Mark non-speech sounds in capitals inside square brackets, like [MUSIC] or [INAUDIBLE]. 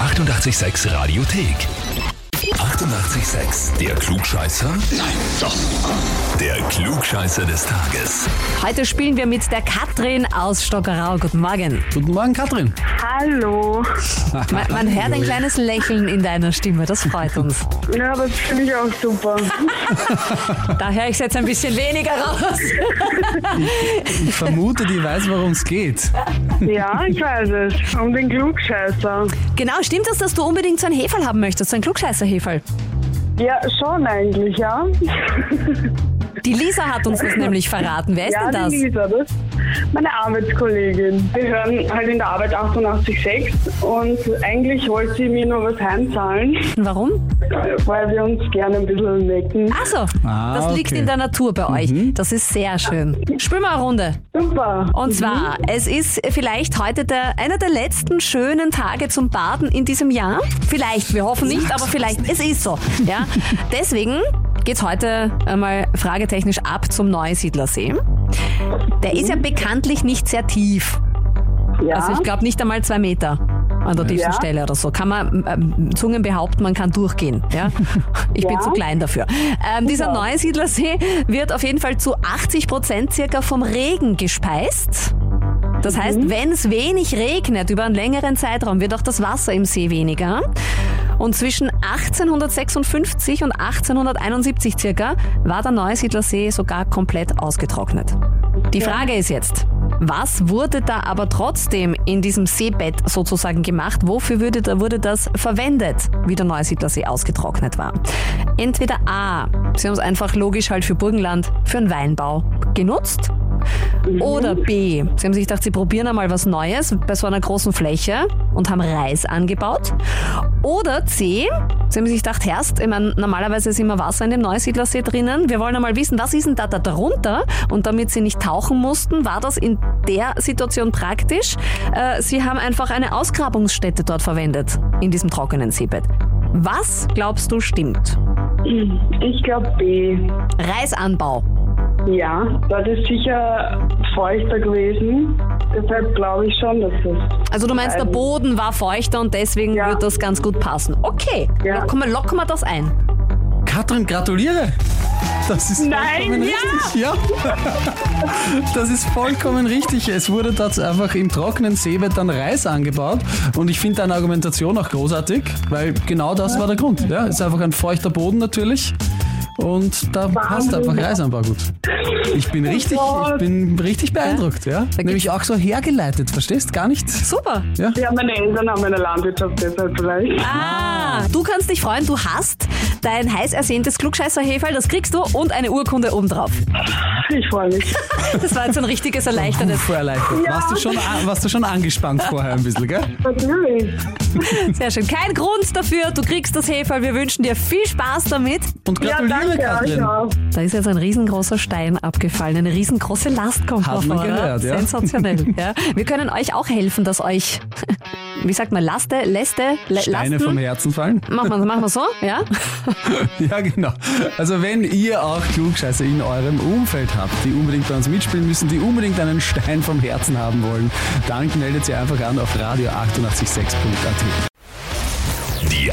886 Radiothek. 88,6. Der Klugscheißer? Nein, doch. Der Klugscheißer des Tages. Heute spielen wir mit der Katrin aus Stockerau. Guten Morgen. Guten Morgen, Katrin. Hallo. Man, man hört ein kleines Lächeln in deiner Stimme, das freut uns. Ja, das finde ich auch super. Da höre ich jetzt ein bisschen weniger raus. Ich vermute, die weiß, worum es geht. Ja, ich weiß es. Um den Klugscheißer. Genau, stimmt es, dass du unbedingt so ein Heferl haben möchtest, so ein Klugscheißer-Heferl? Ja, schon eigentlich, ja. Die Lisa hat uns das nämlich verraten. Wer ist ja, denn das? die Lisa, das. Meine Arbeitskollegin. Wir hören halt in der Arbeit 88,6 und eigentlich wollte sie mir nur was heimzahlen, Warum? weil wir uns gerne ein bisschen necken. Achso, Ah, das liegt okay. Mhm. in der Natur bei euch. Das ist sehr schön. Spielen wir eine Runde. Super. Und zwar, es ist vielleicht heute der, einer der letzten schönen Tage zum Baden in diesem Jahr. Vielleicht, wir hoffen nicht, aber vielleicht, es ist so. Ja? Deswegen geht's heute einmal fragetechnisch ab zum Neusiedlersee. Der ist ja bekanntlich nicht sehr tief. Ja, Also ich glaube nicht einmal zwei Meter an der tiefsten Ja. Stelle oder so. Kann man ähm, Zungen behaupten, man kann durchgehen. [LAUGHS] Ja? Ich bin Ja. zu klein dafür. Ähm, dieser Ja. Neusiedlersee wird auf jeden Fall zu 80 Prozent circa vom Regen gespeist. Das Mhm. heißt, wenn es wenig regnet über einen längeren Zeitraum, wird auch das Wasser im See weniger. Und zwischen 1856 und 1871 circa war der Neusiedlersee sogar komplett ausgetrocknet. Die Frage ist jetzt, was wurde da aber trotzdem in diesem Seebett sozusagen gemacht? Wofür wurde, da, wurde das verwendet, wie der Neusiedlersee ausgetrocknet war? Entweder A, sie haben es einfach logisch halt für Burgenland, für einen Weinbau genutzt. Oder B, sie haben sich gedacht, sie probieren einmal was Neues bei so einer großen Fläche und haben Reis angebaut. Oder C, sie haben sich gedacht, Herst, ich meine, normalerweise ist immer Wasser in dem Neusiedlersee drinnen. Wir wollen einmal wissen, was ist denn da, da drunter? Und damit sie nicht tauchen mussten, war das in der Situation praktisch. Äh, sie haben einfach eine Ausgrabungsstätte dort verwendet, in diesem trockenen Seebett. Was glaubst du stimmt? ich glaube B. Reisanbau. Ja, das ist sicher feuchter gewesen. Deshalb glaube ich schon, dass das. Also du meinst, der Also- Boden war feuchter und deswegen Ja. wird das ganz gut passen. Okay, Ja. locken, wir, locken wir das ein. Katrin, gratuliere. Das ist Nein, vollkommen ja. richtig. Ja. [LAUGHS] Das ist vollkommen richtig. Es wurde dort einfach im trockenen Seebett dann Reis angebaut. Und ich finde deine Argumentation auch großartig, weil genau das war der Grund. Ja, ist einfach ein feuchter Boden natürlich. Und da passt einfach Reisanbau gut. Ich bin richtig, Oh ich bin richtig beeindruckt, ja. gibt's- Nämlich auch so hergeleitet, verstehst? Gar nicht. Super. Ja, meine Eltern haben eine Landwirtschaft, deshalb vielleicht. Ah, du kannst dich freuen, du hast dein heiß ersehntes Klugscheißer-Heferl, das kriegst du und eine Urkunde obendrauf. Ich freue mich. Das war jetzt ein richtiges Erleichterndes. Puh, erleichtert. Warst, du schon, an- warst du schon angespannt vorher ein bisschen, gell? Natürlich. Sehr schön. Kein Grund dafür, du kriegst das Heferl. Wir wünschen dir viel Spaß damit. Und gratuliere, Katrin. auch. Da ist jetzt ein riesengroßer Stein abgefallen, eine riesengroße Last kommt Hat davon, man oder? gehört, ja. Sensationell. ja. Wir können euch auch helfen, dass euch, wie sagt man, Laste, Läste, Lä- Steine Lasten? vom Herzen fallen. [LAUGHS] Machen wir, machen wir so, ja? Ja, genau. Also wenn ihr auch Klugscheiße in eurem Umfeld habt, die unbedingt bei uns mitspielen müssen, die unbedingt einen Stein vom Herzen haben wollen, dann meldet sie einfach an auf radio886.at. Die